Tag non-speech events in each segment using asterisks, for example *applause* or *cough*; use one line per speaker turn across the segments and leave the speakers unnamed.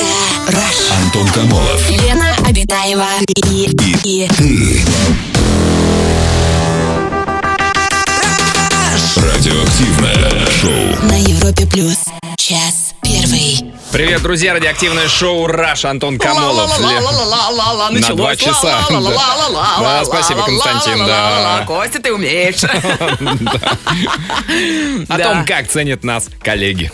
Rush.
Антон Камолов.
Лена Обитаева и, и, и
Ты. Радиоактивное шоу.
на Европе плюс час первый.
Привет, друзья, радиоактивное шоу «Раш» Антон Камолов. Ле-
Ла-ла-ла-ла-ла-ла-ла,
На два
началось.
часа, да. Да,
Ла-ла-ла-ла-ла-ла-ла-ла-ла-ла-ла-ла-ла-ла-ла-ла-ла-ла-ла.
спасибо, Константин, да.
Костя, ты умеешь.
О
Да.
том, как ценят нас коллеги.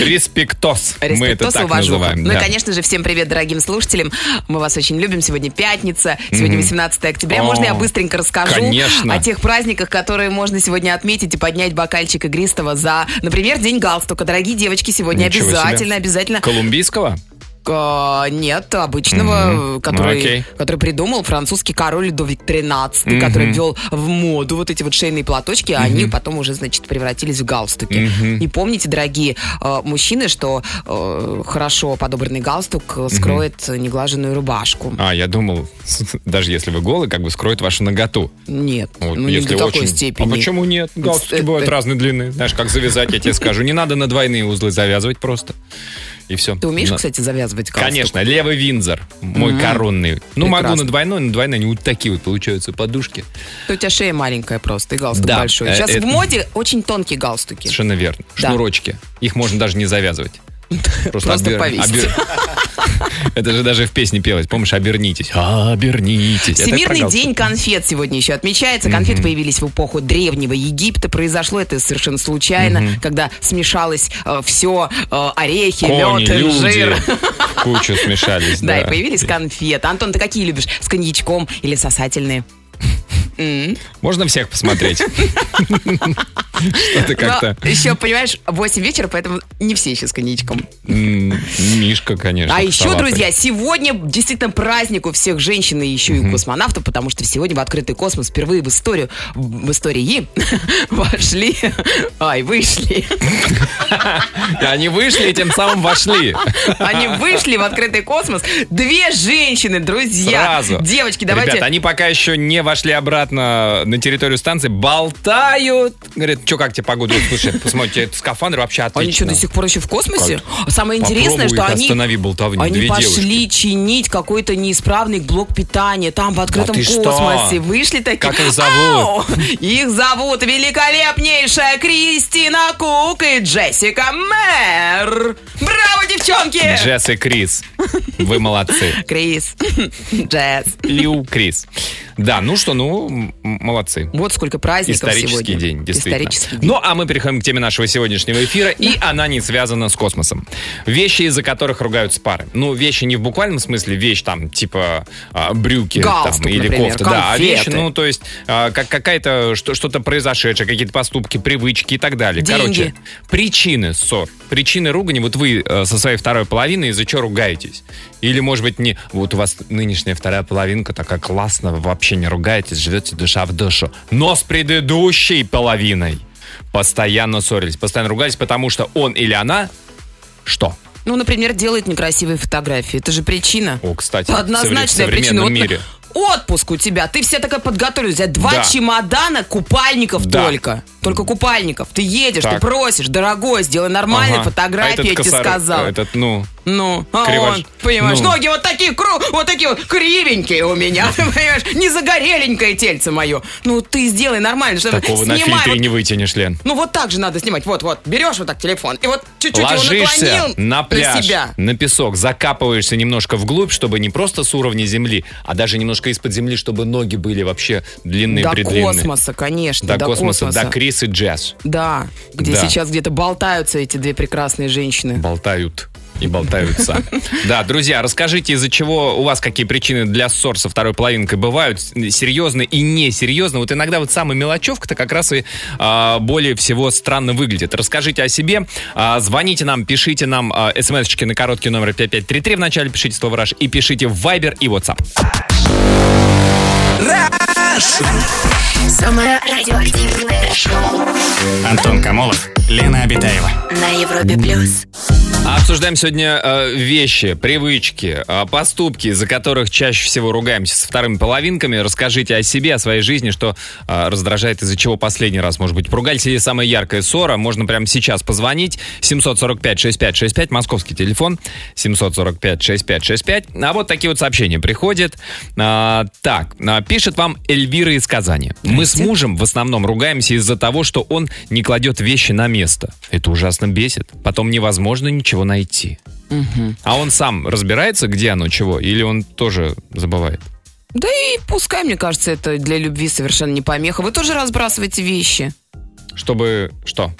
Респектос. Мы это
Респектос,
так
уважуха.
называем.
Ну и,
да.
конечно же, всем привет, дорогим слушателям. Мы вас очень любим. Сегодня пятница, сегодня 18 октября. Можно я
О,
быстренько расскажу
конечно.
о тех праздниках, которые можно сегодня отметить и поднять бокальчик игристого за, например, День галстука. Дорогие девочки, сегодня
Ничего себе.
обязательно, обязательно
Колумбийского?
А, нет, обычного, э,
Мгм. Ну,
который,
Окей.
который придумал французский король Людовик XIII, который ввел в моду вот эти вот шейные платочки, а они потом уже, значит, превратились в галстуки. И помните, дорогие э, мужчины, что э, хорошо подобранный галстук э, скроет э, неглаженную рубашку.
А, я думал, даже если вы голый, как бы скроет вашу ноготу.
Нет,
Вот,
ну не
если
до такой
очень-
степени. Э,
А почему нет? Галстуки
Это-
бывают разной длины. Знаешь, как завязать, я тебе скажу. Не надо на двойные узлы завязывать просто. И все.
Ты умеешь, кстати, завязывать галстук?
Конечно, левый Винзор, мой коронный. Ну, могу
Прекрасно.
на двойной, на двойной они вот такие вот получаются подушки.
То у тебя шея маленькая просто и галстук
Да,
большой.
э,
Сейчас
это-
в моде очень тонкие галстуки.
Совершенно верно.
Да.
Шнурочки. Их можно даже не
*laughs*
завязывать.
Просто
обер-
повесить. *laughs*
обер- Это же даже в песне пелось. Помнишь, обернитесь. Обернитесь. Это про
Всемирный
галстук.
день конфет сегодня еще отмечается. Конфеты появились в эпоху Древнего Египта. Произошло это совершенно случайно, когда смешалось все, орехи,
Кони,
мед,
люди.
инжир.
*laughs* в Кучу смешались.
*laughs* Да, и появились конфеты. Антон, ты какие любишь? С коньячком или сосательные?
Можно всех посмотреть?
*laughs*
Что-то как-то...
еще, понимаешь, 8 вечера, поэтому не все еще с коньячком.
М, Мишка, конечно.
А
к
еще,
салату.
друзья, сегодня действительно праздник у всех женщин и еще и у космонавтов, потому что сегодня в открытый космос впервые в историю, в истории *laughs* вошли, *laughs* ай, вышли,
И Они вышли и тем самым вошли.
они вышли в открытый космос, две женщины, друзья.
Сразу.
Девочки, давайте.
Ребята, они пока еще не вошли обратно на территорию станции, болтают. Говорят, что, как тебе погода? Вот, Слушай, посмотрите, этот скафандр вообще отлично.
Они что, до сих пор еще в космосе?
Как?
Самое
Попробуй
интересное,
их
что они...
останови болтовню,
Они
две
пошли
девушки.
чинить какой-то неисправный блок питания там, в открытом
ты что?
космосе. Вышли такие.
Как их зовут?
«Ау!» Их зовут великолепнейшая Кристина Кук и Джессика Мэр. Браво, девчонки!
Джесс и Крис, вы молодцы.
Крис. *laughs* Джесс.
Лил Крис. Да, ну что, ну, м- молодцы.
Вот сколько праздников
Исторический
сегодня.
день, действительно.
Исторический день.
Ну, а мы переходим к теме нашего сегодняшнего эфира, и она не связана с космосом. Вещи, из-за которых ругаются пары. Ну, вещи не в буквальном смысле, вещь там, типа а, брюки
Галстук,
там, или
например,
кофта. Да, а вещи,
конфеты.
ну, то есть, а, как какая-то, что- что-то произошедшее, какие-то поступки, привычки и так далее.
Деньги.
Короче, причины ссор, причины ругани. Вот вы э, со своей второй половиной из-за чего ругаетесь? Или, может быть, не вот у вас нынешняя вторая половинка такая классно, вы вообще не ругаетесь, живете душа в душу. Но с предыдущей половиной постоянно ссорились, постоянно ругались, потому что он или она что?
Ну, например, делает некрасивые фотографии. Это же причина.
О, кстати, в
Однозначная причина.
современном
Вот
мире.
Отпуск у тебя. Ты вся такая подготовилась. У тебя два
Да.
чемодана купальников
Да.
только. Только купальников. Ты едешь, ты
Так.
просишь, дорогой, сделай нормальную
Ага. А
фотографию,
этот
я тебе
косоры-
сказал.
Этот, ну,
Ну, а
Криваш-
он, понимаешь,
ну.
ноги вот такие, кру, вот такие вот кривенькие у меня, *laughs* понимаешь, не загореленькое тельце мое. Ну, ты сделай нормально, что ты
такого на
снимай
фильтре
вот-
не вытянешь, Лен.
Ну, вот так же надо снимать, вот-вот, берешь вот так телефон, и вот чуть-чуть его
Ложишься
наклонил
на пляж,
себя.
на песок, закапываешься немножко вглубь, чтобы не просто с уровня земли, а даже немножко из-под земли, чтобы ноги были вообще длинные,
До
предлинные.
космоса, конечно,
До, космоса, до Крис и Джесс.
Да, где
Да.
сейчас где-то болтаются эти две прекрасные женщины.
Болтают и болтаются. Да, друзья, расскажите, из-за чего у вас какие причины для ссор со второй половинкой бывают, с- серьезно и несерьезно. Вот иногда вот самая мелочевка-то как раз и а, более всего странно выглядит. Расскажите о себе, а, звоните нам, пишите нам а, смс-очки на короткий номер 5533 в начале, пишите слово «Раш» и пишите в Viber и WhatsApp.
Самое радиоактивное шоу
Антон Камолов, Лена Обитаева.
на Европе плюс.
Обсуждаем сегодня э, вещи, привычки, э, поступки, из-за которых чаще всего ругаемся с вторыми половинками. Расскажите о себе, о своей жизни, что э, раздражает, из-за чего последний раз, может быть, поругались или самая яркая ссора. Можно прямо сейчас позвонить. 745-6565, московский телефон. 745-6565. А вот такие вот сообщения приходят. А, так, а, пишет вам Эльвира из Казани. Мы с мужем в основном ругаемся из-за того, что он не кладет вещи на место. Это ужасно бесит. Потом невозможно ничего найти. А он сам разбирается, где оно чего, или он тоже забывает?
Да и пускай, мне кажется, это для любви совершенно не помеха. Вы тоже разбрасываете вещи.
Чтобы что?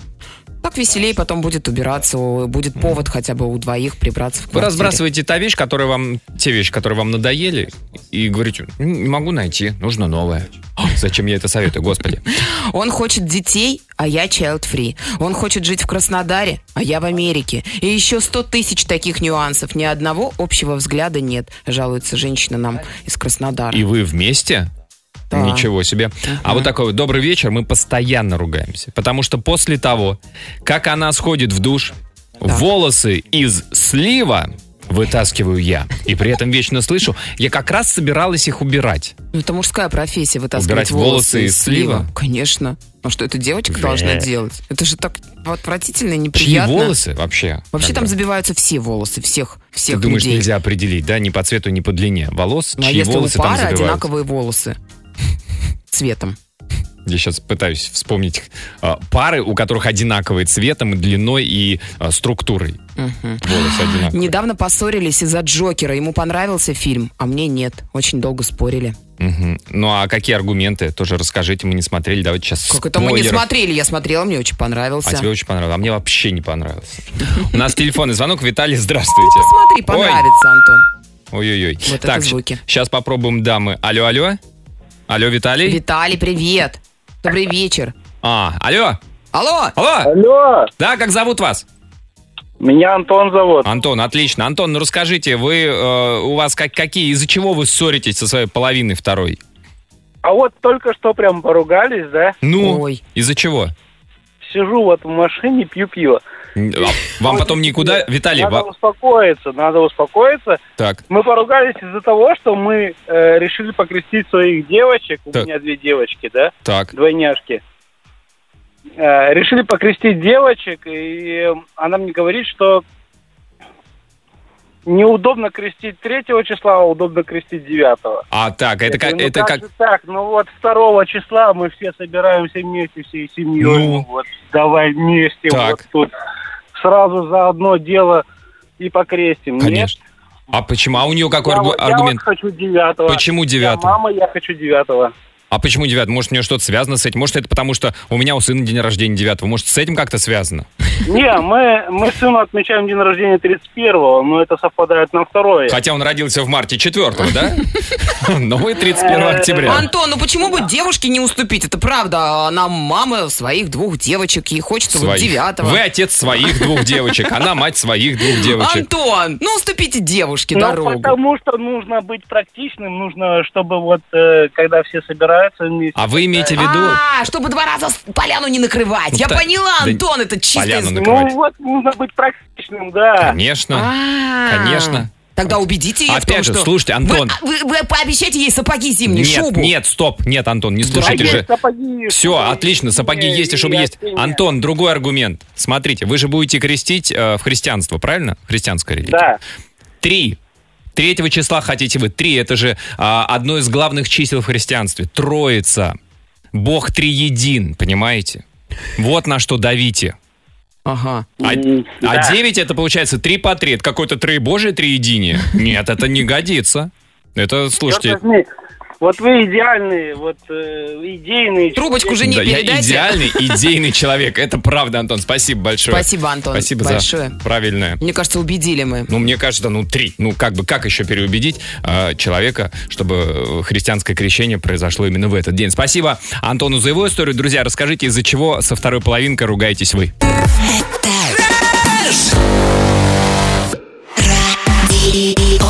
Так веселее потом будет убираться, о, будет повод хотя бы у двоих прибраться в
Вы
квартире.
разбрасываете та вещь, которая вам, те вещи, которые вам надоели, и говорите, «М, не могу найти, нужно новое. А, Зачем я это советую, господи?
Он хочет детей, а я child free. Он хочет жить в Краснодаре, а я в Америке. И еще сто тысяч таких нюансов. Ни одного общего взгляда нет, жалуется женщина нам из Краснодара.
И вы вместе?
Да.
Ничего себе. А вот такой вот добрый вечер, мы постоянно ругаемся. Потому что после того, как она сходит в душ, волосы из слива вытаскиваю я. И при этом вечно слышу, я как раз собиралась их убирать.
Ну, это мужская профессия, вытаскивать
Убирать
волосы,
волосы
из
из слива?
слива. Конечно. А что, это девочка
Бэ.
должна делать? Это же так отвратительно и
Чьи
неприятно.
волосы вообще?
Вообще
Как
там
бы?
забиваются все волосы всех, всех
Ты думаешь,
людей.
нельзя определить, да, ни по цвету, ни по длине волос,
Ну, а
чьи
если
волосы
у
там
пары
забивают?
одинаковые волосы *laughs* цветом.
Я сейчас пытаюсь вспомнить а, пары, у которых одинаковые цветом, и длиной и а, структурой. Волосы одинаковые.
Недавно поссорились из-за Джокера. Ему понравился фильм, а мне нет. Очень долго спорили.
Мгм. Ну а какие аргументы? Тоже расскажите, мы не смотрели, давайте сейчас
Как это мы не
спойлеров.
смотрели? Я смотрела, мне очень понравился.
А тебе очень понравилось, а мне вообще не понравилось. У нас телефонный звонок. Виталий, здравствуйте.
Ну, Смотри, понравится, Антон.
Ой, Ой-ой-ой.
Вот это звуки.
сейчас попробуем дамы. Алло, алло. Алло, Виталий?
Виталий, привет. Добрый вечер.
А, алло.
Алло!
Алло.
Алло,
Да, как зовут вас?
меня Антон зовут.
Антон, отлично. Антон, ну расскажите, вы э, у вас как, какие, из-за чего вы ссоритесь со своей половиной второй?
А вот только что прям поругались, да?
Ну,
Ой.
из-за чего?
Сижу вот в машине, пью пиво.
Н- а Вам потом никуда... Виталий,
Надо
ва-
успокоиться, надо успокоиться.
так.
Мы поругались из-за того, что мы э, решили покрестить своих девочек.
Так.
У меня две девочки, да?
Так,
Двойняшки. Э, решили покрестить девочек, и э, она мне говорит, что неудобно крестить 3 числа, а удобно крестить 9.
а так, это
Я
как,
говорю, ну
это как,
же так, ну вот 2 числа мы все собираемся вместе всей семьей.
Ну.
Ну, вот давай вместе,
Так.
вот тут. Сразу за одно дело и покрестим.
конечно. А почему? А у нее
Нет,
какой
я,
аргу-
вот- я
аргумент?
вот хочу девятого.
Почему
Я
девятого?
мама, я хочу девятого.
А почему девятого? Может, у нее что-то связано с этим? Может, это потому, что у меня у сына день рождения девятого? Может, с этим как-то связано?
Не, мы, мы с сыном отмечаем день рождения 31-го, но это совпадает на второе.
Хотя он родился в марте четвертого, да? *laughs* Ну Но вы 31
Э,
октября.
Антон, ну почему бы девушке не уступить? Это правда, она мама своих двух девочек, ей хочется вот
Своих.
девятого.
Вы отец своих двух девочек, она мать своих двух девочек.
Антон, ну уступите девушке
Ну,
дорогу.
потому что нужно быть практичным, нужно, чтобы вот, э, когда все собираются вместе...
А вы имеете в виду...
А, чтобы два раза с- поляну не накрывать. Я
Да-
поняла,
Ну, да
Антон, это чисто...
поляну
из-
на-
Ну вот, нужно быть практичным, да.
Конечно.
А,
Конечно.
Тогда убедите ее в том,
Опять же,
что-
слушайте, Антон.
Вы, вы- вы пообещайте ей сапоги зимние,
Нет,
шубу.
нет, стоп. Нет, Антон, не
А
слушайте
есть
же.
сапоги,
Все,
шубы,
отлично, сапоги
и-
есть, и чтобы
и
есть.
растения.
Антон, другой аргумент. Смотрите, вы же будете крестить э, в христианство, правильно? Христианская религия.
Да.
Три. Третьего числа хотите вы. Три – это же а, одно из главных чисел в христианстве. Троица. Бог триедин, понимаете? Вот на что давите.
Ага.
А,
М,
а
да.
девять – это получается три по три. Это какое-то троебожие триединие? Нет, это не годится. Это, слушайте...
Чёрт возьми, Вот вы идеальные, вот э, идейные.
Трубочку
человек.
жене
Да, я
передайте. *laughs*
идеальный, идейный человек. Это правда, Антон. Спасибо большое.
Спасибо, Антон.
Спасибо
большое.
за правильное.
Мне кажется, убедили мы.
Ну, мне кажется, ну, три. Ну, как бы, как еще переубедить э, человека, чтобы э, христианское крещение произошло именно в этот день? Спасибо Антону за его историю. Друзья, расскажите, из-за чего со второй половинкой ругаетесь вы?
Это радио.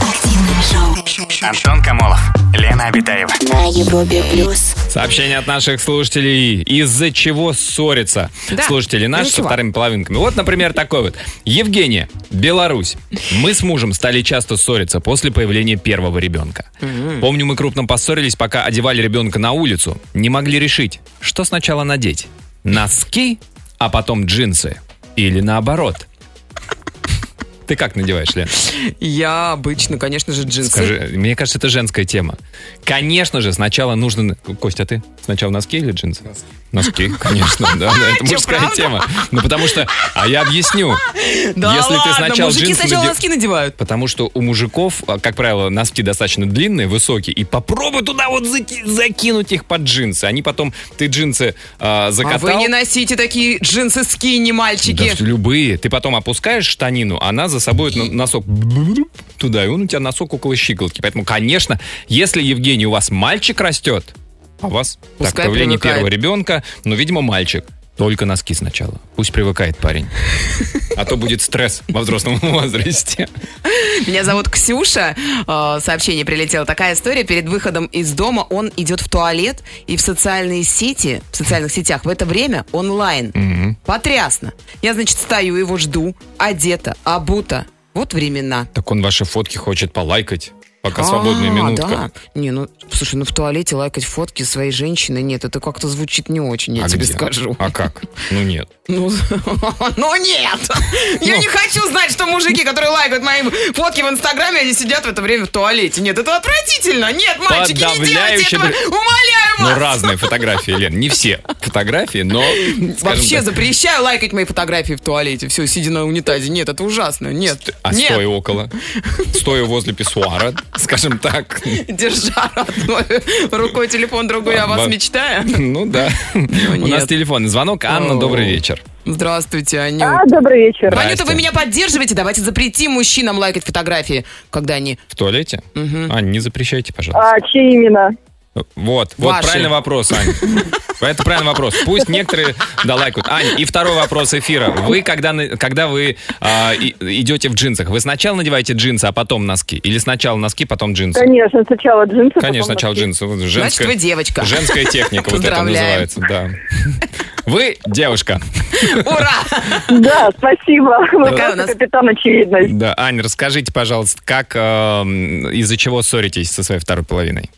Активное шоу.
Антон Камолов, Лена
Абитаева.
на Европе плюс.
Сообщение от наших слушателей. Из-за чего ссорятся
Да,
слушатели наши
из-за
со
чего?
вторыми половинками? Вот, например, такой вот. Евгения, Беларусь. Мы с мужем стали часто ссориться после появления первого ребенка. Помню, мы крупно поссорились, пока одевали ребенка на улицу. Не могли решить, что сначала надеть. Носки, а потом джинсы. Или наоборот. Ты как надеваешь, Лен?
Я обычно, конечно же, джинсы.
Скажи, мне кажется, это женская тема. Конечно же, сначала нужно... Костя, а ты сначала носки или джинсы? Носки. конечно, да, да, это
*laughs* Чё,
мужская
правда?
тема. Ну, потому что... А я объясню.
Да
Если
ладно,
ты сначала
мужики
джинсы
сначала
наде-
носки надевают.
Потому что у мужиков, а, как правило, носки достаточно длинные, высокие, и попробуй туда вот заки- закинуть их под джинсы. Они потом... Ты джинсы а,
А
закатал...
вы не носите такие джинсы скини,
Да,
мальчики.
любые. Ты потом опускаешь штанину, она за собой на- носок туда, и он у тебя носок около щиколотки. Поэтому, конечно, если, Евгений, у вас мальчик растет, а у вас так,
Пускай
появление
привыкает.
первого ребенка, ну, видимо, мальчик. Только носки сначала. Пусть привыкает парень. А то будет стресс во взрослом *laughs* возрасте.
Меня зовут Ксюша. Э, Сообщение прилетело. Такая история. Перед выходом из дома он идет в туалет и в социальные сети, в социальных сетях в это время онлайн. Потрясно. Я, значит, стою, его жду, одета, обута. Вот времена.
Так он ваши фотки хочет полайкать, пока
А,
свободная
Да.
минутка.
Не, ну, слушай, ну в туалете лайкать фотки своей женщины, нет, это как-то звучит не очень, я
А
тебе
где?
скажу.
А как? Ну нет.
Ну, *laughs* ну нет! Я
Ну.
не хочу знать, что мужики, которые лайкают мои фотки в Инстаграме, они сидят в это время в туалете. Нет, это отвратительно! Нет, мальчики, не делайте
Подавляюще
этого!
бр-
Умоляю
Ну
вас!
разные фотографии, Лен. Не все фотографии, но... скажем
Вообще
так,
запрещаю лайкать мои фотографии в туалете. Все, сидя на унитазе. Нет, это ужасно. Нет.
А
нет.
стоя около, стоя возле писсуара, скажем так.
Держа одной рукой телефон, другой я о вас
Ба-
мечтаю.
Ну да. У нас
нет.
телефонный звонок. Анна, добрый
О.
вечер.
Здравствуйте,
А,
Анюта.
добрый вечер.
Анюта, вы
Здрасте.
меня поддерживаете? Давайте запретим мужчинам лайкать фотографии, когда они...
В туалете? Ань, не запрещайте, пожалуйста.
А, чьи именно?
Вот, вот
Ваши.
правильный вопрос,
*laughs*
Ань. Это правильный вопрос. Пусть некоторые долайкают. Ань, и второй вопрос эфира. Вы, когда, на- когда вы а, и- идете в джинсах, вы сначала надеваете джинсы, а потом носки? Или сначала носки, потом джинсы?
Конечно, сначала
Конечно,
джинсы. потом
сначала
носки.
джинсы. Вот
Значит,
женская-
вы девочка.
Женская техника, вот это
Поздравляем.
называется, да. Вы девушка.
Ура!
Да, спасибо. Вы
Да.
просто
У нас-
капитан очевидность.
Да, Ань, расскажите, пожалуйста, как эм, из-за чего ссоритесь со своей второй половиной?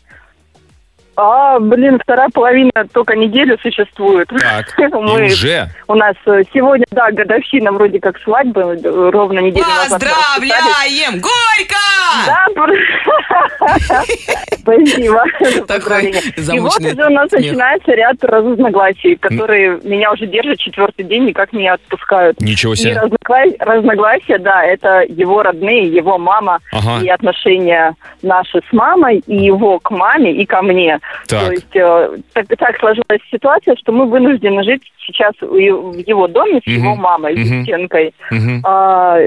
А, блин, вторая половина только неделю существует. *laughs*
Так, и
Мы,
уже.
у нас э, сегодня, да, годовщина вроде как свадьбы, э, ровно неделю назад. расписались.
Поздравляем! Горько!
Да, пр- *laughs* спасибо.
Такой
за поздравление. И вот
замученный
уже у нас
смех.
начинается ряд разногласий, которые меня уже держат четвертый день, никак не отпускают.
Ничего
И
себе.
разногласия, разногласия, да, это его родные, его мама
Ага.
и отношения наши с мамой, и его к маме, и ко мне.
Так.
То есть э, так, так сложилась ситуация, что мы вынуждены жить сейчас у е- в его доме с его
Мгм.
мамой,
Мгм.
с девчонкой.
Мгм.
А,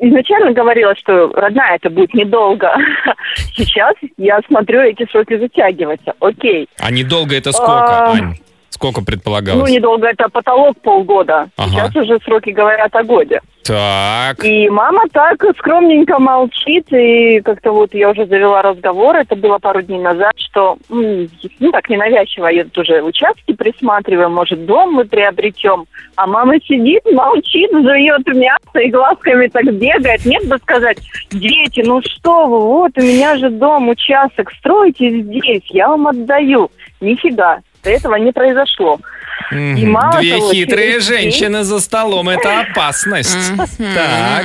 изначально говорила, что родная это будет недолго. *laughs* Сейчас я смотрю, эти сроки затягиваются. Окей.
А недолго это сколько,
А,
Ань? Сколько
Ну,
предполагалось?
недолго это потолок полгода.
Ага.
Сейчас уже сроки говорят о годе.
Так.
И мама так скромненько молчит, и как-то вот я уже завела разговор, это было пару дней назад, что, м, ну так ненавязчиво, я тут уже участки присматриваю, может, дом мы приобретем, а мама сидит, молчит, жует мясо и глазками так бегает, нет бы сказать, дети, ну что вы, вот у меня же дом, участок, стройте здесь, я вам отдаю. Нифига, этого не произошло.
Мгм.
и мало
Две
того,
хитрые
через день-
женщины за столом. Это *laughs* опасность. Так.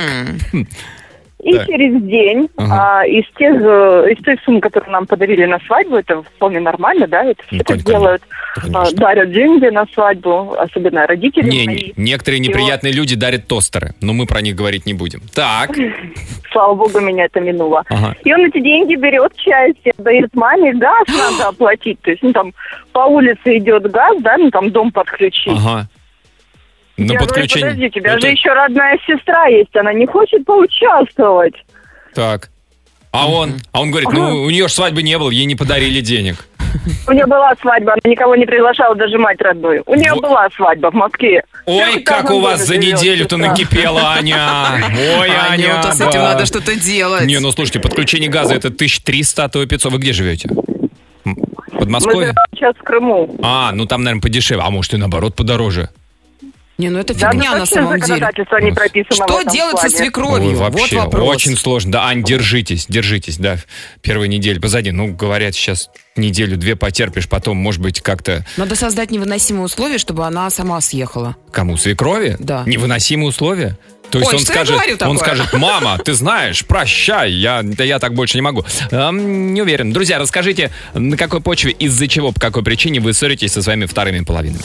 И
Так.
через день
Ага.
а, из, тех, э, из той суммы, которую нам подарили на свадьбу, это вполне нормально, да, это
Ну,
все так
кон- кон-
делают, а,
Конечно.
дарят деньги на свадьбу, особенно родители
Не,
мои.
не, некоторые неприятные люди дарят тостеры, но мы про них говорить не будем. Так.
Слава богу, меня это минуло.
Ага.
И он эти деньги берет часть, и отдает маме, газ
*gasps*
надо оплатить, то есть, ну, там, по улице идет газ, да, ну, там, дом подключить.
Ага. На
я
подключение.
говорю, подожди, у тебя
Это-
же еще родная сестра есть, она не хочет поучаствовать.
Так. А он, а он говорит, ну у нее же свадьбы не было, ей не подарили денег.
*laughs* У нее была свадьба, она никого не приглашала, даже мать родную. У нее
Вот.
была свадьба в Москве.
Ой,
Ну, там
как у
он
вас
тоже
за
живет,
неделю-то
сестра.
накипела, Аня. Ой, Аня.
Анюта, с этим
да. ну,
надо что-то делать.
Не, ну слушайте, подключение газа это 1300, а то и 500. Вы где живете?
Мы
Подмосковье?
живем сейчас в Крыму.
А, ну там, наверное, подешевле. А может и наоборот подороже.
Не, ну это
Да,
фигня
ну,
на
вообще
самом деле.
законодательство не прописано в
Что
этом
делать со
плане.
Ой,
свекровью? вот
вообще,
вопрос.
очень сложно. Да, Ань, держитесь, держитесь, да. Первая неделя позади. Ну, говорят, сейчас неделю-две потерпишь, потом, может быть, как-то
Надо создать невыносимые условия, чтобы она сама съехала.
кому? Свекрови?
Да.
Невыносимые условия? То есть
Ой,
он
что я
скажет,
говорю такое?
он скажет, мама, ты знаешь, прощай, я, да я так больше не могу. Эм, не уверен. Друзья, расскажите, на какой почве, из-за чего, по какой причине вы ссоритесь со своими вторыми половинами.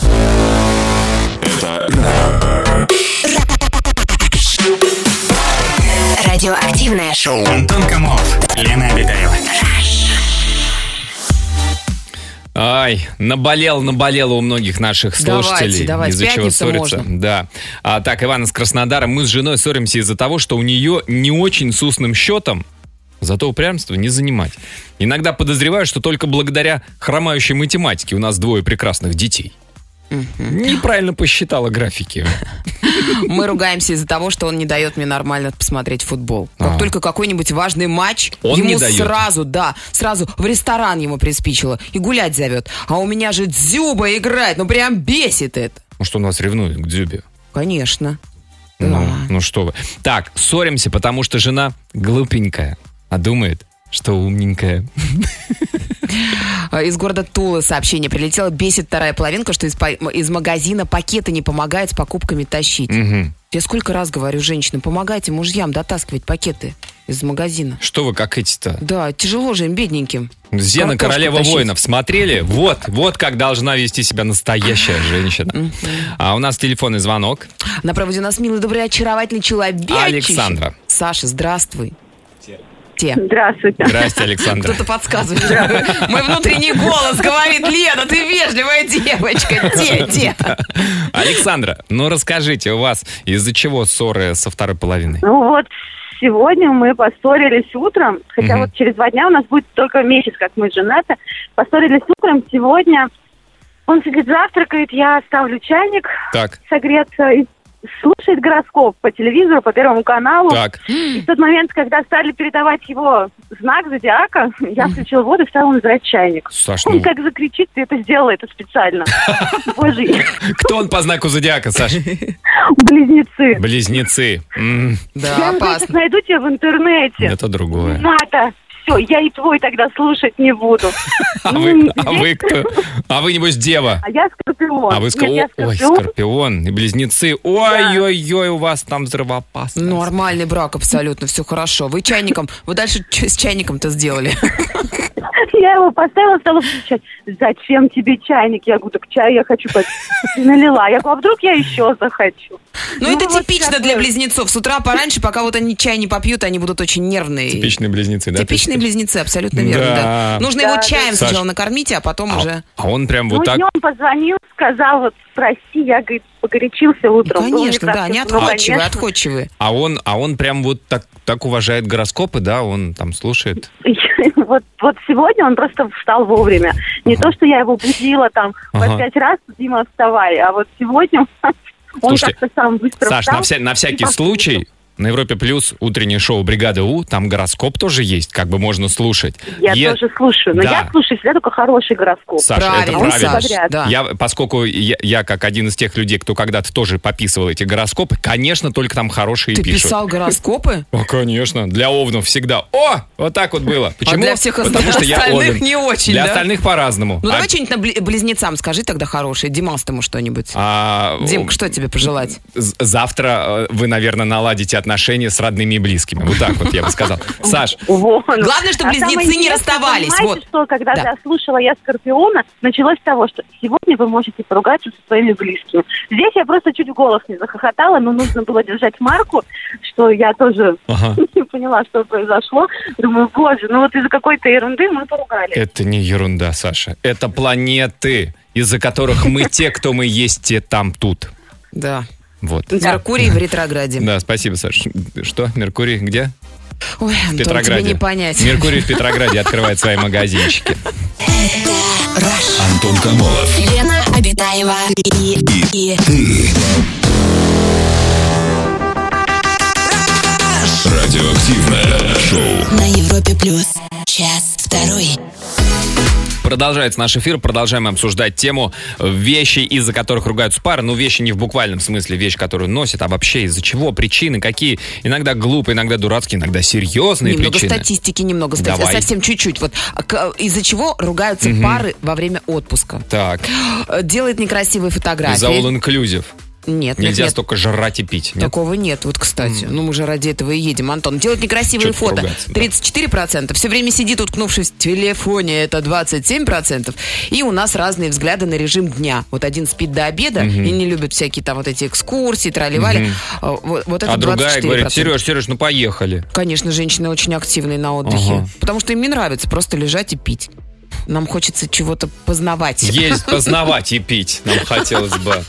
Радиоактивное шоу.
Антон Камолов, Лена Обитаева.
Ай, наболел, наболело у многих наших
Давайте,
слушателей.
давайте,
Из-за чего
пятница
ссориться.
можно.
Да. А, так, Иван из Краснодара. Мы с женой ссоримся из-за того, что у нее не очень с устным счетом, зато упрямство не занимать. Иногда подозреваю, что только благодаря хромающей математике у нас двое прекрасных детей. Неправильно посчитала графики.
*laughs* Мы ругаемся из-за того, что он не дает мне нормально посмотреть футбол. Как
А.
только какой-нибудь важный матч,
Он
ему
не дает.
сразу, да, сразу в ресторан ему приспичило и гулять зовет. А у меня же Дзюба играет, ну прям бесит это.
Может, он вас ревнует к Дзюбе?
Конечно.
Ну,
Да.
ну что вы. Так, ссоримся, потому что жена глупенькая, а думает, что умненькая.
А, Из города Тулы сообщение прилетело. Бесит вторая половинка, что из, по- из магазина пакеты не помогает с покупками тащить.
Мгм.
Я сколько раз говорю женщинам, помогайте мужьям дотаскивать пакеты из магазина.
Что вы как эти-то?
Да, тяжело же им, бедненьким.
Зена,
Картошку
королева
тащить.
воинов, смотрели? Вот, вот как должна вести себя настоящая женщина. А у нас телефонный звонок.
На проводе у нас милый, добрый, очаровательный человек.
Александра.
Саша, здравствуй. Те.
Здравствуйте.
Здрасте,
*laughs*
Александра.
Кто-то подсказывает. Мой внутренний голос говорит, Лена, ты вежливая девочка. Те, те.
Александра, ну расскажите, у вас из-за чего ссоры со второй половиной?
Ну вот, сегодня мы поссорились утром, хотя
Мгм.
вот через два дня у нас будет только месяц, как мы женаты. Поссорились утром, сегодня он сидит завтракает, я ставлю чайник
Так,
согреться и слушает гороскоп по телевизору, по Первому каналу.
так.
И в тот момент, когда стали передавать его знак зодиака, *laughs* я включила воду и стала набирать чайник.
Саш,
Он
ну
как закричит, ты это сделала, это специально. *laughs* Боже, *laughs*
кто он по знаку зодиака, Саш?
близнецы.
Близнецы. М,
Да,
Я ему говорю, «Сейчас
опасно.
найду тебя в интернете.
Это
Ну,
другое.
Ната, все, я и твой тогда слушать не буду.
А вы, а вы кто? А вы, небось, дева.
А я скорпион.
А вы
Нет, я
скажете, ой,
скорпион.
скорпион и близнецы. Ой-ой-ой, у вас там взрывоопасность.
Нормальный брак абсолютно, все хорошо. Вы чайником, вы дальше чё с чайником-то *laughs* сделали?
*laughs* Я его поставила, стала включать. Зачем тебе чайник? Я говорю, так чай я хочу попить. И Налила. Я говорю, а вдруг я еще захочу?
Ну, это
вот
типично
такое.
для близнецов. С утра пораньше, пока вот они чай не попьют, они будут очень нервные.
Типичные близнецы, да?
Типичные близнецы, абсолютно верно,
Да.
да. Нужно
Да,
его
да.
чаем
Саш,
сначала накормите, а потом
А,
уже...
а он прям
Ну,
вот так.
днем позвонил, сказал, вот спроси, я, говорит, погорячился
Ну,
утром.
Конечно, да, они
ну,
отходчивые,
отходчивый.
отходчивые.
А он, а он прям вот так, так уважает гороскопы, да, он там слушает.
*laughs* Вот, вот сегодня он просто встал вовремя. Не то, что я его будила там
Ага.
по пять раз, Дима, вставай, а вот сегодня он *laughs*
Слушайте,
как-то сам быстро
Саш,
встал.
на, вся- на всякий
и послушал.
случай. На Европе Плюс утреннее шоу «Бригада У», там гороскоп тоже есть, как бы можно слушать.
Я
Е-
тоже слушаю, но
Да.
я слушаю всегда только хороший гороскоп.
Саш, это
Правильно,
правильно.
Саш,
Подряд.
да.
Я, поскольку я, я как один из тех людей, кто когда-то тоже пописывал эти гороскопы, конечно, только там хорошие
Ты
пишут.
писал гороскопы?
А, конечно, для овнов всегда. О, вот так вот было. Почему?
А для всех ост-
Потому что я
остальных
овен.
не очень,
Для
да?
остальных по-разному.
Ну,
А-
давай что-нибудь на бли- близнецам скажи тогда хорошее. Димас тому что-нибудь.
а,
Дим, что тебе пожелать?
з- завтра э, вы, наверное, наладите отношения с родными и близкими. Вот так вот я бы
*laughs*
сказал. Саш,
Вон.
Главное, чтобы
А самое
близнецы не
интересное,
расставались,
Понимаете,
вот.
что когда
Да.
я слушала «Я Скорпиона», началось с того, что сегодня вы можете поругаться со своими близкими. Здесь я просто чуть в голос не захохотала, но нужно было держать марку, что я тоже *laughs*
Ага.
не поняла, что произошло. Думаю, боже, ну вот из-за какой-то ерунды мы поругались.
это не ерунда, Саша. Это планеты, из-за которых мы те, кто мы есть, те там тут.
Да.
Вот.
Меркурий в ретрограде.
Да, спасибо, Саша. Что, Меркурий где?
Ой,
В
Антон, тебе
Петрограде.
не понять.
Меркурий в Петрограде открывает свои магазинчики.
Антон Камолов.
Лена Обитаева и, и
Радиоактивное шоу.
на Европе плюс час второй.
Продолжается наш эфир, продолжаем обсуждать тему э, вещи, из-за которых ругаются пары. Ну, вещи не в буквальном смысле, вещь, которую носят, а вообще из-за чего, причины какие. Иногда глупые, иногда дурацкие, иногда серьезные
немного
причины.
статистики, немного статистики.
Давай.
Совсем чуть-чуть. Вот а, к- из-за чего ругаются пары во время отпуска.
Так,
Э, Делает некрасивые фотографии.
за all inclusive.
Нет, нет,
Нельзя
нет.
столько жрать и пить. Нет?
Такого нет, вот, кстати. Ну, мы же ради этого и едем. Антон, делать некрасивые
Чё-то
фото.
ругаться, да.
34%. Все время сидит, уткнувшись в телефоне. Это 27%. И у нас разные взгляды на режим дня. Вот один спит до обеда и не любит всякие там вот эти экскурсии, тролливали. Вот, вот это
а другая
24%.
говорит, Сереж, Сереж, ну поехали.
Конечно, женщины очень активные на отдыхе.
Ага.
Потому что им не нравится просто лежать и пить. Нам хочется чего-то познавать. *laughs*
Есть, познавать и пить нам хотелось бы.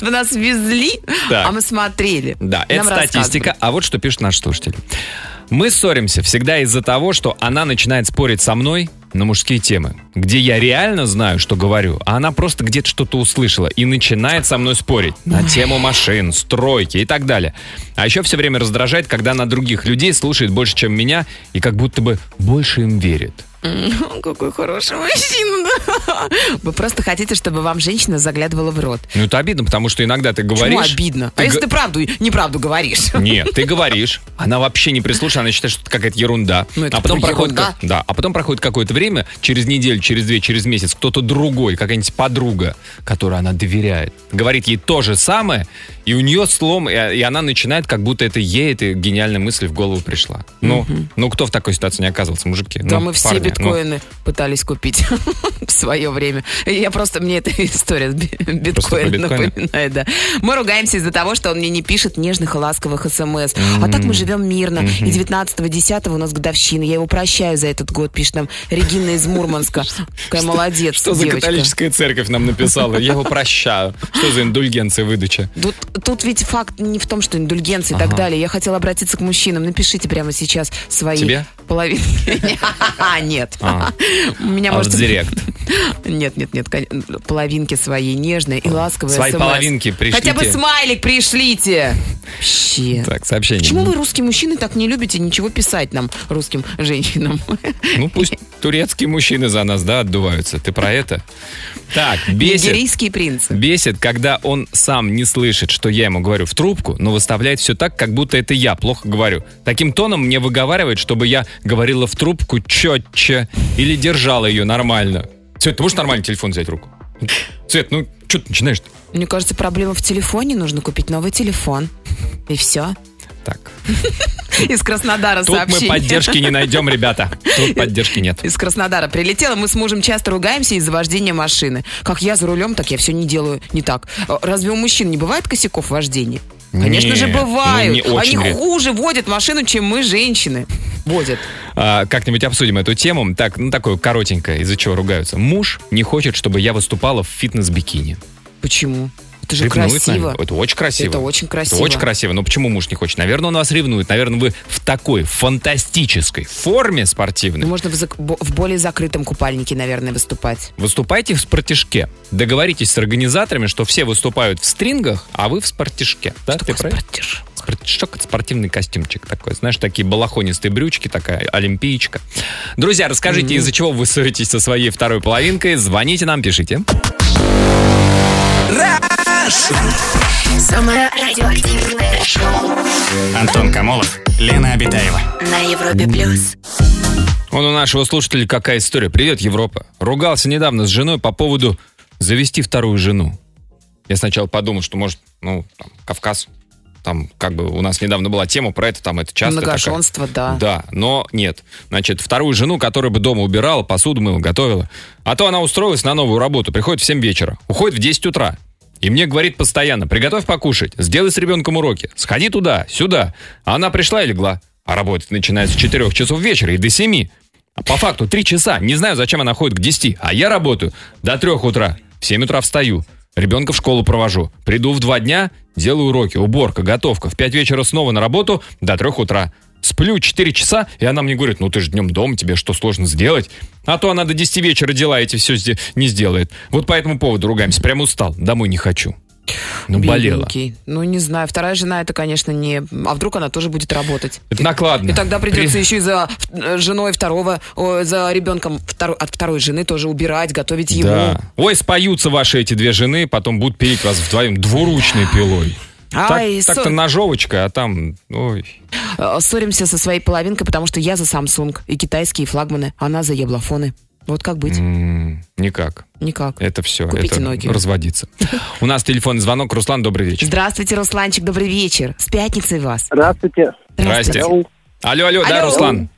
Вы нас везли,
Так.
а мы смотрели.
Да, это
Нам *laughs*
статистика. А вот что пишет наш слушатель. Мы ссоримся всегда из-за того, что она начинает спорить со мной на мужские темы, где я реально знаю, что говорю, а она просто где-то что-то услышала и начинает со мной спорить на тему машин, стройки и так далее. А еще все время раздражает, когда она других людей слушает больше, чем меня, и как будто бы больше им верит.
рассказывают. Какой хороший мужчина. да. Вы просто хотите, чтобы вам женщина заглядывала в рот.
Ну, это обидно, потому что иногда ты
Почему
говоришь...
обидно?
ты
а если
г-
ты правду и неправду говоришь?
Нет, ты говоришь, она вообще не прислушана, она считает, что это какая-то ерунда.
Ну, это
а потом
прям
проходит,
ерунда.
как- да, а потом проходит какое-то время, через неделю, через две, через месяц, кто-то другой, какая-нибудь подруга, которой она доверяет, говорит ей то же самое, и у нее слом, и, и она начинает, как будто это ей эта гениальная мысль в голову пришла. Ну, ну кто в такой ситуации не оказывался, мужики?
Да,
Ну,
мы все
парни, ну.
биткоины пытались купить *laughs* в свое время. Я просто, мне эта история с би-
про
биткоин
биткоины?
напоминает, да. Мы ругаемся из-за того, что он мне не пишет нежных и ласковых смс. А так мы живем мирно. И 19-10 у нас годовщина. Я его прощаю за этот год, пишет нам Регина
*laughs*
из Мурманска. Какая молодец,
Что за
девочка.
католическая церковь нам написала? Я его прощаю. Что за индульгенция выдача?
Тут, тут ведь факт не в том, что индульгенции и так далее. Я хотела обратиться к мужчинам. Напишите прямо сейчас свои
Тебе?
половины. *laughs* Нет.
А.
*laughs* У меня
А в
может...
директ.
Нет, нет, нет. кон- Половинки свои нежные и ласковые.
Свои
SMS.
половинки пришлите.
Хотя бы смайлик пришлите. Вообще.
Так, сообщение.
Почему вы, русские мужчины, так не любите ничего писать нам, русским женщинам?
Ну, пусть турецкие мужчины за нас, да, отдуваются. Ты про это? Так, *laughs* бесит.
Нигерийские принцы.
Бесит, когда он сам не слышит, что я ему говорю в трубку, но выставляет все так, как будто это я плохо говорю. Таким тоном мне выговаривает, чтобы я говорила в трубку четче или держала ее нормально. Свет, ты можешь нормально телефон взять в руку? Свет, ну что ты начинаешь?
Мне кажется, проблема в телефоне. Нужно купить новый телефон. И все.
Так.
*laughs* Из Краснодара
Тут мы
сообщение.
поддержки не найдем, ребята. Тут поддержки нет.
из Краснодара прилетела. Мы с мужем часто ругаемся из-за вождения машины. Как я за рулем, так я все не делаю не так. Э, Разве у мужчин не бывает косяков в вождении? Конечно же,
Нет, ну, не
бывают.
очень
Они
редко.
хуже водят машину, чем мы, женщины. Водят.
А, как-нибудь обсудим эту тему. Так, ну такое коротенькое, из-за чего ругаются. Муж не хочет, чтобы я выступала в фитнес-бикини.
Почему? Это же
Ревнует,
красиво.
наверное. Это очень красиво.
Это очень красиво.
Это очень красиво. Но почему муж не хочет? Наверное, он вас ревнует. Наверное, вы в такой фантастической форме
Ну,
спортивной.
можно в, зак- бо- в более закрытом купальнике, наверное, выступать.
Выступайте в спортишке. Договоритесь с организаторами, что все выступают в стрингах, а вы в спортишке. Да, ты про это?
Спортишь.
Спортишок, это спортивный костюмчик такой. Знаешь, такие балахонистые брючки, такая олимпиечка. Друзья, расскажите, из-за чего вы ссоритесь со своей второй половинкой. Звоните нам, пишите.
Самое радиоактивное шоу
Антон Камолов, Лена Обитаева.
на Европе Плюс.
Он у нашего слушателя какая история. Привет, Европа. Ругался недавно с женой по поводу завести вторую жену. Я сначала подумал, что может, ну, там, Кавказ. Там как бы у нас недавно была тема про это, там это часто. такая.
Многоженство, Ну, да.
Да, но нет. Значит, вторую жену, которая бы дома убирала, посуду мыла, готовила. А то она устроилась на новую работу, приходит в 7 вечера, уходит в 10 утра. И мне говорит постоянно, приготовь покушать, сделай с ребенком уроки, сходи туда, сюда. А она пришла и легла. А работать начинает с 4 часов вечера и до 7. А По факту 3 часа. Не знаю, зачем она ходит к 10. А я работаю до 3 утра. В 7 утра встаю. Ребенка в школу провожу. Приду в 2 дня, делаю уроки, уборка, готовка. В 5 вечера снова на работу до 3 утра. Сплю 4 часа, и она мне говорит, ну ты же днем дома, тебе что сложно сделать? А то она до 10 вечера дела эти все не сделает. Вот по этому поводу ругаемся. Прям устал, домой не хочу. Ну, болела.
Бедненький. Ну, не знаю. Вторая жена, это, конечно, не... А вдруг она тоже будет работать?
Это накладно.
И тогда придется
При-
еще и за э, женой второго, о, за ребенком втор- от второй жены тоже убирать, готовить ему.
Да. Ой, споются ваши эти две жены, потом будут пилить вас вдвоем двуручной пилой.
Ай,
так, то
сон-
ножовочка, а там... Ой.
Э, Ссоримся со своей половинкой, потому что я за Samsung и китайские флагманы, она за яблофоны. Вот как быть?
М, Никак.
Никак.
Это все.
Купите
это
Nokia.
Разводиться. У нас телефонный звонок. Руслан, добрый вечер.
Здравствуйте, Русланчик, добрый вечер. С пятницей вас.
Здравствуйте.
Здрасте. Алло, алло, да,
Алло.
Руслан.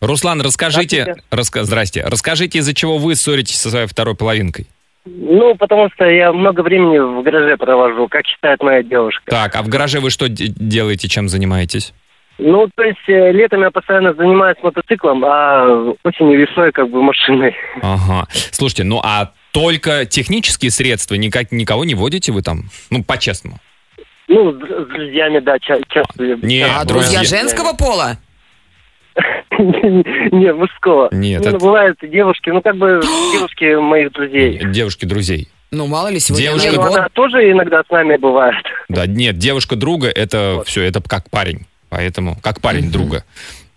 Руслан, расскажите, раска- здрасте, расскажите, из-за чего вы ссоритесь со своей второй половинкой?
Ну, потому что я много времени в гараже провожу, как считает моя девушка.
Так, а в гараже вы что де- делаете, чем занимаетесь?
Ну, то есть э, летом я постоянно занимаюсь мотоциклом, а осенью и весной как бы машиной.
Ага. Слушайте, ну а только технические средства, никак, никого не водите вы там? Ну, по-честному.
Ну, с, с друзьями, да, ча- часто.
Не,
часто
А
друзья.
друзья женского пола?
*laughs* Не, мужского.
Нет,
Ну,
это-
бывают девушки, ну,
*gasps*
как бы девушки моих друзей.
Девушки друзей.
Ну, мало ли, сегодня
Девушка-
Не,
Новый
ну,
год.
она тоже иногда с нами бывает.
Да, нет, девушка друга, это все, это как парень. Поэтому, как парень друга.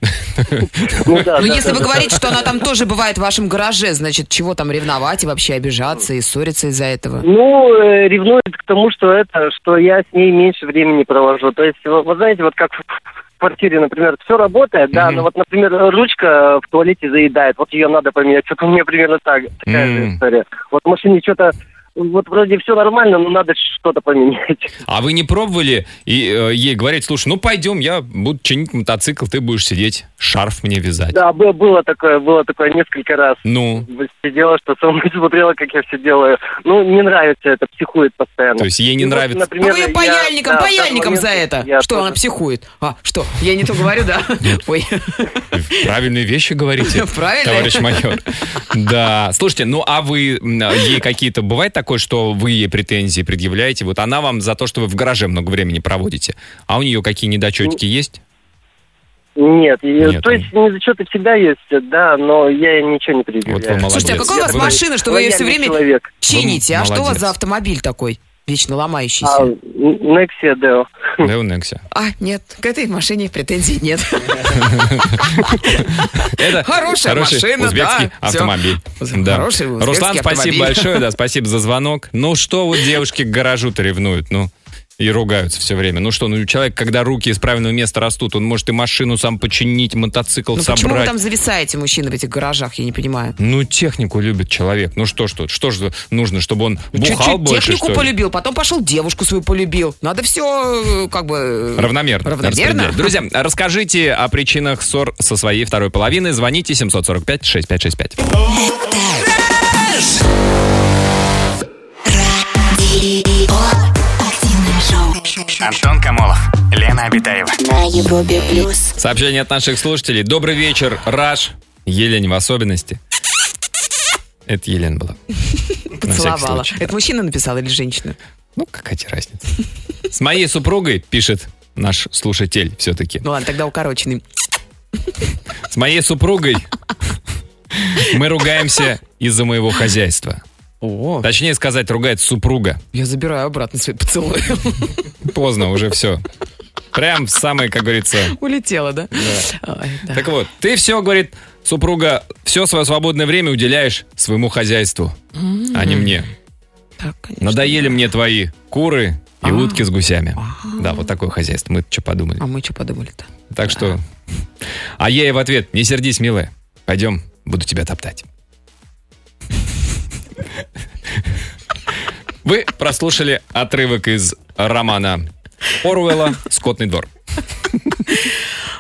Ну, да,
*laughs* Ну,
да,
если
да,
вы
да.
говорите, что она там тоже бывает в вашем гараже, значит, чего там ревновать и вообще обижаться и ссориться из-за этого?
Ну, э, ревнует к тому, что это, что я с ней меньше времени провожу. То есть, вот, вот знаете, вот как в в квартире, например, все работает, да,
Мгм.
но вот, например, ручка в туалете заедает, вот ее надо поменять. Вот у меня примерно так, такая
М.
же история. Вот в машине что-то, вот вроде все нормально, но надо что-то поменять. *laughs*
А вы не пробовали и, э, ей говорить, слушай, ну пойдем, я буду чинить мотоцикл, ты будешь сидеть, шарф мне вязать.
Да, бы- было такое, было такое несколько раз.
Ну,
Сидела, что со мной смотрела, как я все делаю. Ну, не нравится это, психует постоянно.
то есть ей не
И вот,
нравится.
Ну,
например,
ее
я-
паяльником,
да, в данный
паяльником
момент
за это.
я
Что,
тоже-
она психует? А, что, я не то говорю, да? Ой,
Правильные вещи говорите,
Ну,
Правильные.
товарищ майор. Да, слушайте, ну а вы м, ей какие-то, бывает такое, что вы ей претензии предъявляете? Вот она вам за то, что вы в гараже много времени проводите, а у нее какие недочетики
Ну,
есть?
Нет, и-
Нет,
то
он-
есть недочеты а всегда есть, да, но я ничего не
Вот вы
предъявляю.
молодец.
Слушайте, а какой у вас
Вы-
машина, что вы ее все
Лояльный
время
человек.
чините? А что у вас
молодец.
за автомобиль такой? Вечно ломающийся.
А, Nexia Deo.
Да, у Некси.
А, нет, к этой машине претензий нет.
Это
Хорошая
хороший
машина,
узбекский
да, всё.
автомобиль. Да.
Хороший узбекский
Руслан, спасибо
автомобиль.
большое, да, спасибо за звонок. Ну что вот девушки к гаражу-то ревнуют, ну и ругаются все время. Ну что, ну человек, когда руки из правильного места растут, он может и машину сам починить, мотоцикл
Ну почему вы
собрать.
там зависаете, мужчины, в этих гаражах, я не понимаю.
Ну, технику любит человек. Ну что ж тут, что же нужно, чтобы он бухал
Чуть-чуть
больше,
технику
что ли?
полюбил, потом пошел девушку свою полюбил. Надо все как бы... э,
Равномерно.
Равномерно.
распределять. Друзья, расскажите о причинах ссор со своей второй половиной. Звоните 745-6565.
Радио. Активное шоу.
Антон Камолов, Лена Обитаева.
На Европе плюс.
Сообщение от наших слушателей. Добрый вечер, Раш. Елень в особенности. Это Елена была. На всякий
Поцеловала.
случай.
Это мужчина написал или женщина?
Ну, какая тебе разница. С моей супругой, пишет наш слушатель все-таки,
Ну ладно, тогда укороченный.
с моей супругой мы ругаемся из-за моего хозяйства.
О,
Точнее сказать, ругает супруга.
я забираю обратно свой поцелуй.
Поздно, уже все. Прям в самый, как говорится.
*laughs* Улетела, да? Ой, да.
Так вот, ты все, говорит, супруга, все свое свободное время уделяешь своему хозяйству, а не мне.
Так, конечно.
Надоели Ну, мне твои куры и утки с гусями. Да, вот такое хозяйство. Мы что подумали.
А мы что подумали-то?
Так что... А я ей в ответ, не сердись, милая. Пойдем, буду тебя топтать. Вы прослушали отрывок из романа Оруэлла «Скотный двор».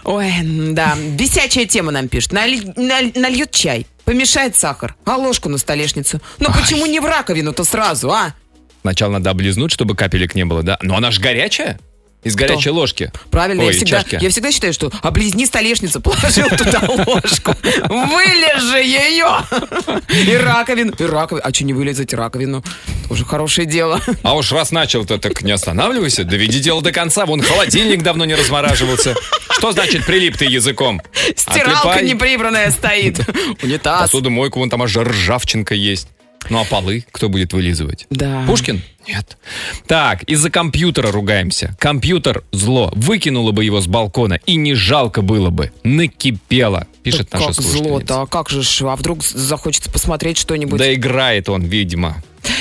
Ой, да, бесячая тема нам пишет. Нали- наль- нальет чай, помешает сахар, а ложку на столешницу. Но почему не в раковину-то сразу, а?
Сначала надо облизнуть, чтобы капелек не было, да? Но она же горячая. Из горячей ложки.
Правильно,
Ой,
я, всегда,
чашки.
я всегда считаю, что облизни столешницу, *laughs* положил туда ложку, вылежи ее. И раковину, и раковину. А что не вылезать раковину? Тоже хорошее дело.
А уж раз начал-то, так не останавливайся. Доведи дело до конца. Вон холодильник давно не размораживался. Что значит прилип ты языком?
Стиралка
Отлипай. *laughs* А
неприбранная стоит. Унитаз.
Посудомойку, вон там аж ржавчинка есть. Ну а полы кто будет вылизывать?
Да.
Пушкин? Нет. Так, из-за компьютера ругаемся. Компьютер – зло. Выкинула бы его с балкона, и не жалко было бы. Накипело, пишет
Так
наша
как зло-то,
слушательница.
а как же, ж, а вдруг захочется посмотреть что-нибудь?
Да играет он, видимо.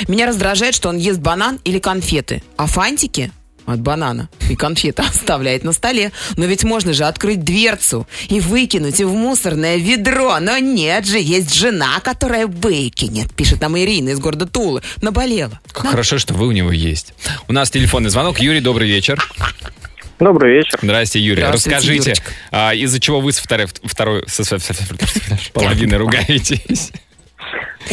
Меня раздражает, что он ест банан или конфеты, а фантики от банана и конфета *laughs* оставляет на столе. Но ведь можно же открыть дверцу и выкинуть и в мусорное ведро. Но нет же, есть жена, которая выкинет, пишет нам Ирина из города Тулы. Наболела.
Как хорошо, что вы у него есть. У нас телефонный звонок. Юрий, добрый вечер.
Добрый вечер.
Здрасте, Юрий.
Здравствуйте,
Расскажите,
Юрочка.
а, из-за чего вы с второй, второй со- со- со- со- половиной ругаетесь?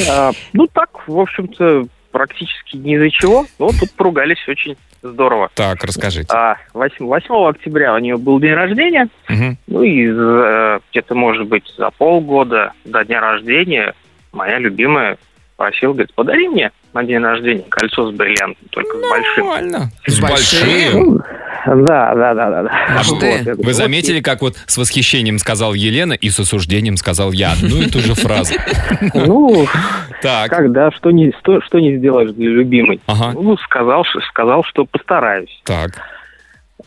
А, ну так, в общем-то, практически ни за чего, но тут поругались очень здорово.
Так, расскажите.
А, 8, 8 октября у нее был день рождения,
Мгм.
ну и за, э, где-то, может быть, за полгода до дня рождения моя любимая просила, говорит, подари мне на день рождения кольцо с бриллиантом, только с большим.
Нормально. С
большим.
большим.
Да, да, да, да. Ну, да.
А что ты?
Вы заметили, как вот с восхищением сказал Елена и с осуждением сказал я одну и ту же фразу.
Ну,
Так,
как, да, что не, что, что не сделаешь для любимой?
ага,
Ну, сказал, что- сказал, что постараюсь.
так.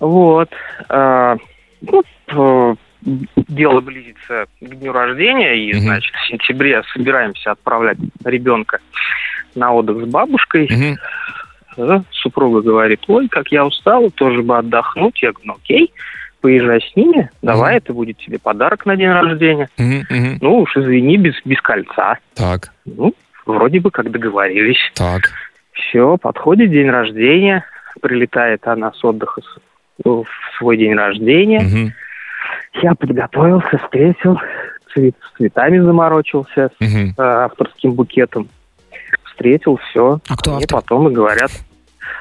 Вот. А, ну, э, дело близится к дню рождения, и,
Мгм.
значит, в сентябре собираемся отправлять ребенка на отдых с бабушкой.
Мгм.
Э, Супруга говорит, ой, как я устала, тоже бы отдохнуть. Я говорю, ну окей, поезжай с ними, давай, это будет тебе подарок на день рождения.
Мгм, мгм.
Ну уж извини, без, без кольца.
Так,
Ну, вроде бы как договорились.
так.
Все, подходит день рождения, прилетает она с отдыха с- ну, в свой день рождения.
Мгм,
Я подготовился, встретил, цве- с цветами заморочился, с
мгм.
э, авторским букетом. Встретил, все.
А кто
Мне
автор?
потом и говорят,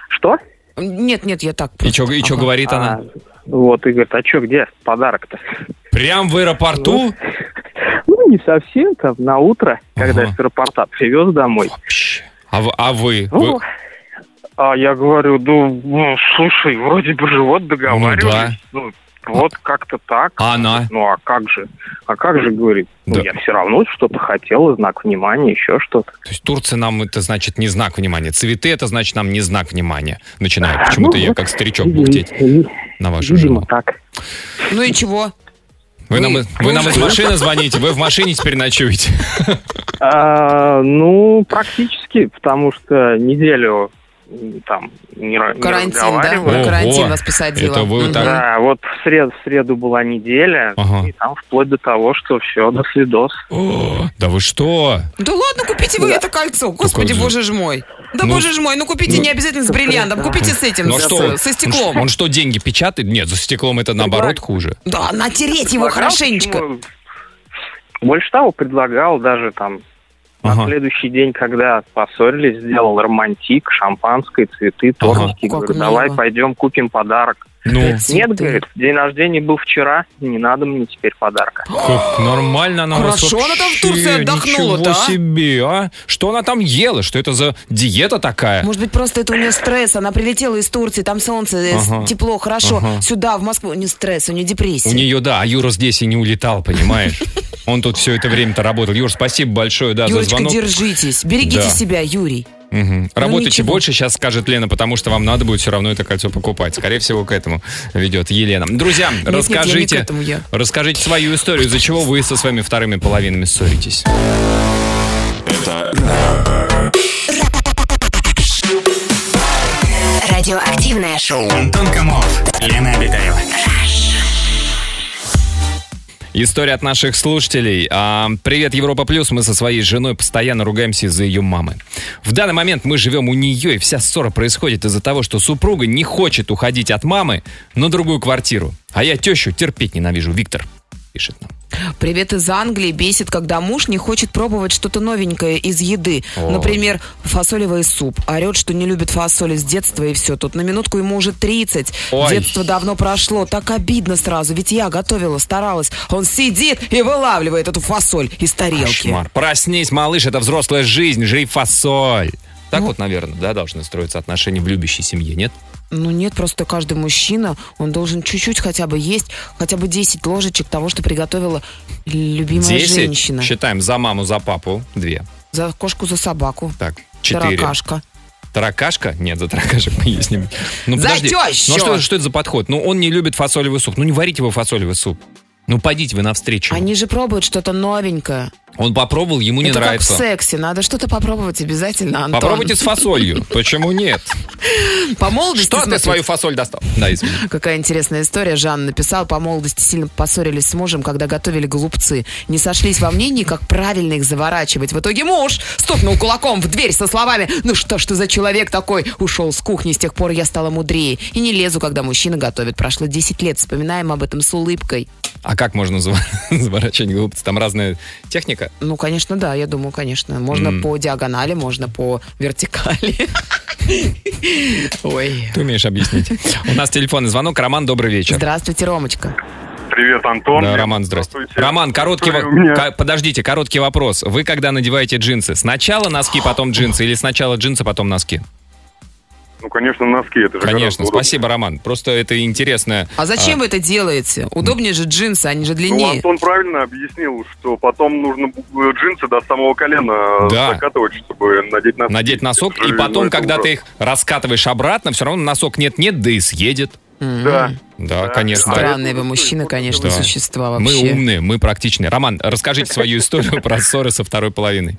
что?
Нет, нет, я так.
И что
Ага.
говорит она?
А, вот, и говорят, а что, где подарок-то?
Прям в аэропорту?
Ну, не совсем, там, на утро, когда
Ага.
я с аэропорта привез домой.
Вообще. А в- а вы?
Ну,
Вы-
а я говорю, ну, ну, слушай, вроде бы же вот договаривались. Ну, вот как-то так.
А она?
Ну а как же? А как же, говорит, ну,
Да.
я все равно что-то хотела, знак внимания, еще что-то.
То есть Турция нам это значит не знак внимания. Цветы это значит нам не знак внимания.
*laughs*
Начинаю почему-то
Ну,
я
вот,
как старичок
видимо,
бухтеть
ви-
на вашу
Видимо,
жену.
так.
Ну и чего?
Вы нам,
Ну,
вы-
вы нам из
вы-
машины звоните, вы в машине теперь
*laughs*
ночуете.
А, ну, практически, потому что неделю м, там не, ра- не
Карантин, да?
разговаривали.
Ого.
Карантин вас посадила.
Это вы
Мгм.
так-
Да, вот в среду, в среду была неделя,
Ага.
и там вплоть до того, что все, до свидос.
О, да вы что?
Да ладно, купите вы это кольцо. Господи,
же.
боже ж мой. Да
Ну,
боже ж мой, ну купите
ну,
не обязательно с бриллиантом, купите с этим,
Ну а
с-
что? он-
со
Он, ш-
стеклом.
он что, деньги печатает? Нет, за стеклом это наоборот хуже.
Да, натереть его
Предлагал,
хорошенечко.
почему- Больше того, предлагал даже там
Ага.
На следующий день, когда поссорились, сделал романтик, шампанское, цветы, тортики.
Как
Говорю,
мило.
давай пойдем купим подарок.
Ну,
Цветы.
Нет, говорит, день рождения был вчера, не надо мне теперь подарка.
как нормально она у вас
Хорошо она там в Турции
вообще,
отдохнула-то,
Ничего
а?
себе, а? Что она там ела? Что это за диета такая?
Может быть, просто это у нее стресс. Она прилетела из Турции, там солнце, э, с-
Ага.
тепло, хорошо.
Ага.
Сюда, в Москву, у нее стресс, у нее депрессия.
У нее, да, а Юра здесь и не улетал, понимаешь? *laughs* Он тут все это время-то работал. Юр, спасибо большое, да, за
Юрочка,
звонок.
держитесь. Берегите
Да.
себя, Юрий.
Мгм. Работайте
ничего.
больше, сейчас скажет Лена, потому что вам надо будет все равно это кольцо покупать. Скорее всего, к этому ведет Елена. Друзья,
нет, я не к
расскажите,
этому, я.
расскажите свою историю, из-за чего вы со своими вторыми половинами ссоритесь.
Радиоактивное шоу.
Антон Камолов, Лена Обитаева.
История от наших слушателей. А, Привет, Европа Плюс. Мы со своей женой постоянно ругаемся из-за ее мамы. В данный момент мы живем у нее, и вся ссора происходит из-за того, что супруга не хочет уходить от мамы на другую квартиру. А я тещу терпеть ненавижу. Виктор пишет нам.
Привет из Англии. Бесит, когда муж не хочет пробовать что-то новенькое из еды.
О.
Например, фасолевый суп. Орет, что не любит фасоли с детства и все. Тут на минутку ему уже 30.
Ой.
Детство давно прошло. Так обидно сразу. Ведь я готовила, старалась. Он сидит и вылавливает эту фасоль из тарелки.
Кошмар. Проснись, малыш, это взрослая жизнь, жри фасоль. Так вот, наверное, да, должны строиться отношения в любящей семье, нет?
Ну нет, просто каждый мужчина, он должен чуть-чуть хотя бы есть, хотя бы 10 ложечек того, что приготовила любимая
Десять.
женщина.
Считаем за маму, за папу. Две.
За кошку, за собаку.
Так, четыре.
Таракашка.
Таракашка? Нет, за таракашек мы есть не будем. Ну,
За
подожди.
тещу!
Ну, а что, что это за подход? Ну, он не любит фасолевый суп. Ну, не варите его фасолевый суп. Ну, подите вы навстречу.
Они же пробуют что-то новенькое.
Он попробовал, ему не
Это
нравится.
как в сексе. Надо что-то попробовать обязательно, Антон.
Попробуйте с фасолью. Почему
*laughs*
нет?
По молодости
Что ты
смотри,
свою фасоль достал? Да, извини.
Какая интересная история. Жан написал, по молодости сильно поссорились с мужем, когда готовили голубцы. Не сошлись во мнении, как правильно их заворачивать. В итоге муж стукнул кулаком в дверь со словами «Ну что ж ты за человек такой?» Ушел с кухни, с тех пор я стала мудрее. И не лезу, когда мужчина готовит. Прошло 10 лет, вспоминаем об этом с улыбкой.
А как можно зава- *laughs* заворачивать голубцы? Там разная техника.
Ну, конечно, да, я думаю, конечно. Можно
М.
по диагонали, можно по вертикали. *laughs* Ой.
Ты умеешь объяснить. У нас телефонный звонок. Роман, добрый вечер.
Здравствуйте, Ромочка.
Привет, Антон.
Да, Роман, здрасте. Роман, короткий
История
во-
у меня.
ко- Подождите, короткий вопрос. Вы когда надеваете джинсы, сначала носки, потом джинсы, или сначала джинсы, потом носки?
Ну, конечно, носки. Это же гораздо
Конечно,
удобнее.
спасибо, Роман. Просто это интересно.
А зачем вы это делаете? Удобнее же джинсы, они же
Ну,
длиннее.
Антон правильно объяснил, что потом нужно э, джинсы до самого колена э,
Да.
закатывать, чтобы надеть носки.
Надеть носок,
Это
и
же, ну,
потом,
это
когда ты
ужасно.
их раскатываешь обратно, все равно носок нет-нет, да и съедет.
Да.
Да,
Да.
конечно.
Странные вы мужчины, конечно,
а Да.
существа
Мы
вообще.
умные, мы практичные. Роман, расскажите свою историю про ссоры со второй половиной.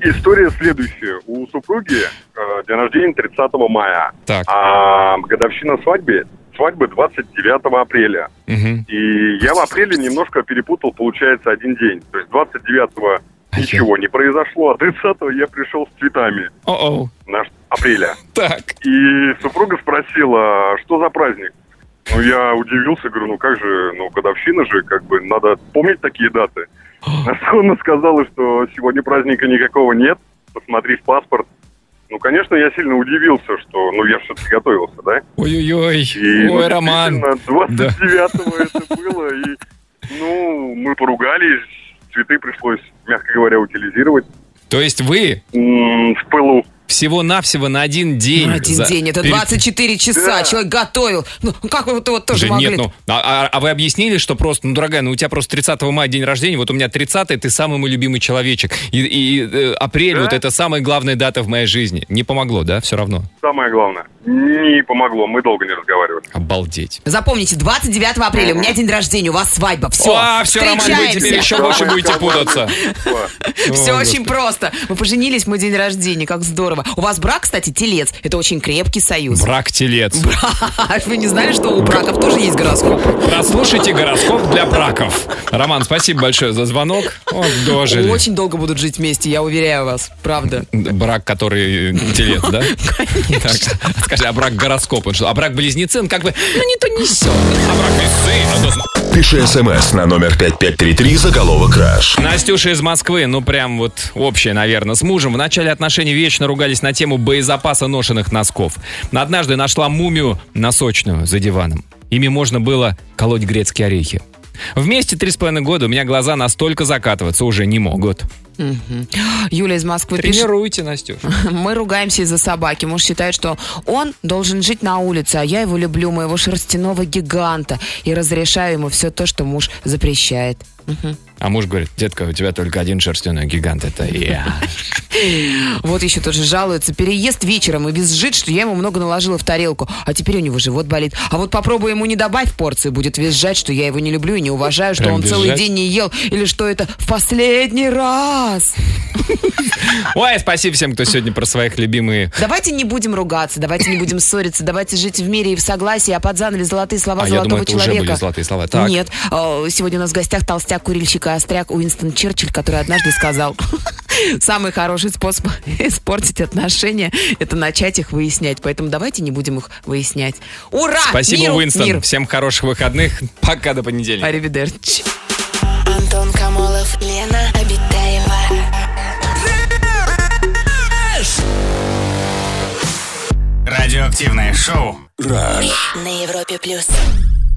История следующая. У супруги э, день рождения 30 мая,
Так.
а годовщина свадьбы, свадьбы 29 апреля.
мгм.
И я в апреле немножко перепутал, получается, один день. То есть 29
А
ничего не произошло, а 30 я пришел с цветами
О-оу.
на ш- апреля.
Так.
И супруга спросила, «А что за праздник? Ну, я удивился, говорю, ну как же, ну, годовщина же, как бы, надо помнить такие даты. На что она сказала, что сегодня праздника никакого нет, посмотри в паспорт. Ну, конечно, я сильно удивился, что, ну, я все-таки готовился, да?
Ой-ой-ой.
И,
Ой,
ну,
Роман.
действительно,
Да.
29-го это было, и, ну, мы поругались, цветы пришлось, мягко говоря, утилизировать
То есть вы
м, в пылу.
всего-навсего на один день.
Ну, один
за-
день, это
перед-
24 часа,
Да.
человек готовил. Ну, как вы это вот тоже
Уже
могли?
нет, ну, а, а- а вы объяснили, что просто, ну, дорогая, ну, у тебя просто 30 мая день рождения, вот у меня 30 ты самый мой любимый человечек. И, и, э, апрель,
Да.
вот это самая главная дата в моей жизни. Не помогло, да, все равно?
Самое главное, не помогло, мы долго не разговаривали.
Обалдеть.
Запомните, 29 апреля у меня день рождения, у вас свадьба, все,
А, все, Роман, вы теперь
*laughs*
еще больше будете путаться.
Все
О,
очень просто. Мы поженились, мой день рождения, как здорово. У вас брак, кстати, телец. Это очень крепкий союз.
Брак телец.
Брак. *laughs* Вы не знали, что у браков тоже есть гороскоп?
Прослушайте гороскоп для браков. Роман, спасибо большое за звонок. Вот дожили.
Очень долго будут жить вместе, я уверяю вас, правда.
Брак, который э, телец, да? Так, скажи, а брак гороскоп? Он что, а брак близнецы? Он как бы, ну не то не все. А брак весы? а то зна-
Пиши смс на номер 5533 заголовок «Краш».
Настюша из Москвы, ну прям вот общее, наверное, с мужем. В начале отношений вечно ругались на тему боезапаса ношенных носков. Но однажды нашла мумию носочную за диваном. Ими можно было колоть грецкие орехи. Вместе три с половиной года у меня глаза настолько закатываться уже не могут.
Юля из Москвы пишет,
Тренируйте, Настюш.
мы ругаемся из-за собаки. Муж считает, что он должен жить на улице, а я его люблю, моего шерстяного гиганта, и разрешаю ему все то, что муж запрещает.
А муж говорит, детка, у тебя только один шерстяной гигант, это я.
Вот еще тоже жалуется. Переезд вечером и визжит, что я ему много наложила в тарелку. А теперь у него живот болит. А вот попробуй ему не добавь порции. Будет визжать, что я его не люблю и не уважаю, что
Прям
он целый
визжать?
день не ел. Или что это в последний раз.
Ой, спасибо всем, кто сегодня про своих любимые...
Давайте не будем ругаться, давайте не будем ссориться, давайте жить в мире и в согласии, а под занавес золотые слова
А я
золотого
думаю, это уже
человека.
были золотые слова. Так.
Нет, Э, сегодня у нас в гостях толстяк, курильщик и остряк Уинстон Черчилль, который однажды сказал, *laughs* самый хороший способ *laughs* испортить отношения – это начать их выяснять. Поэтому давайте не будем их выяснять. Ура!
Спасибо,
Миру
Уинстон.
мир!
Всем хороших выходных. Пока до понедельника.
Аривидерчи.
Антон Камолов, Лена Обитаева.
Радиоактивное шоу
На Европе плюс.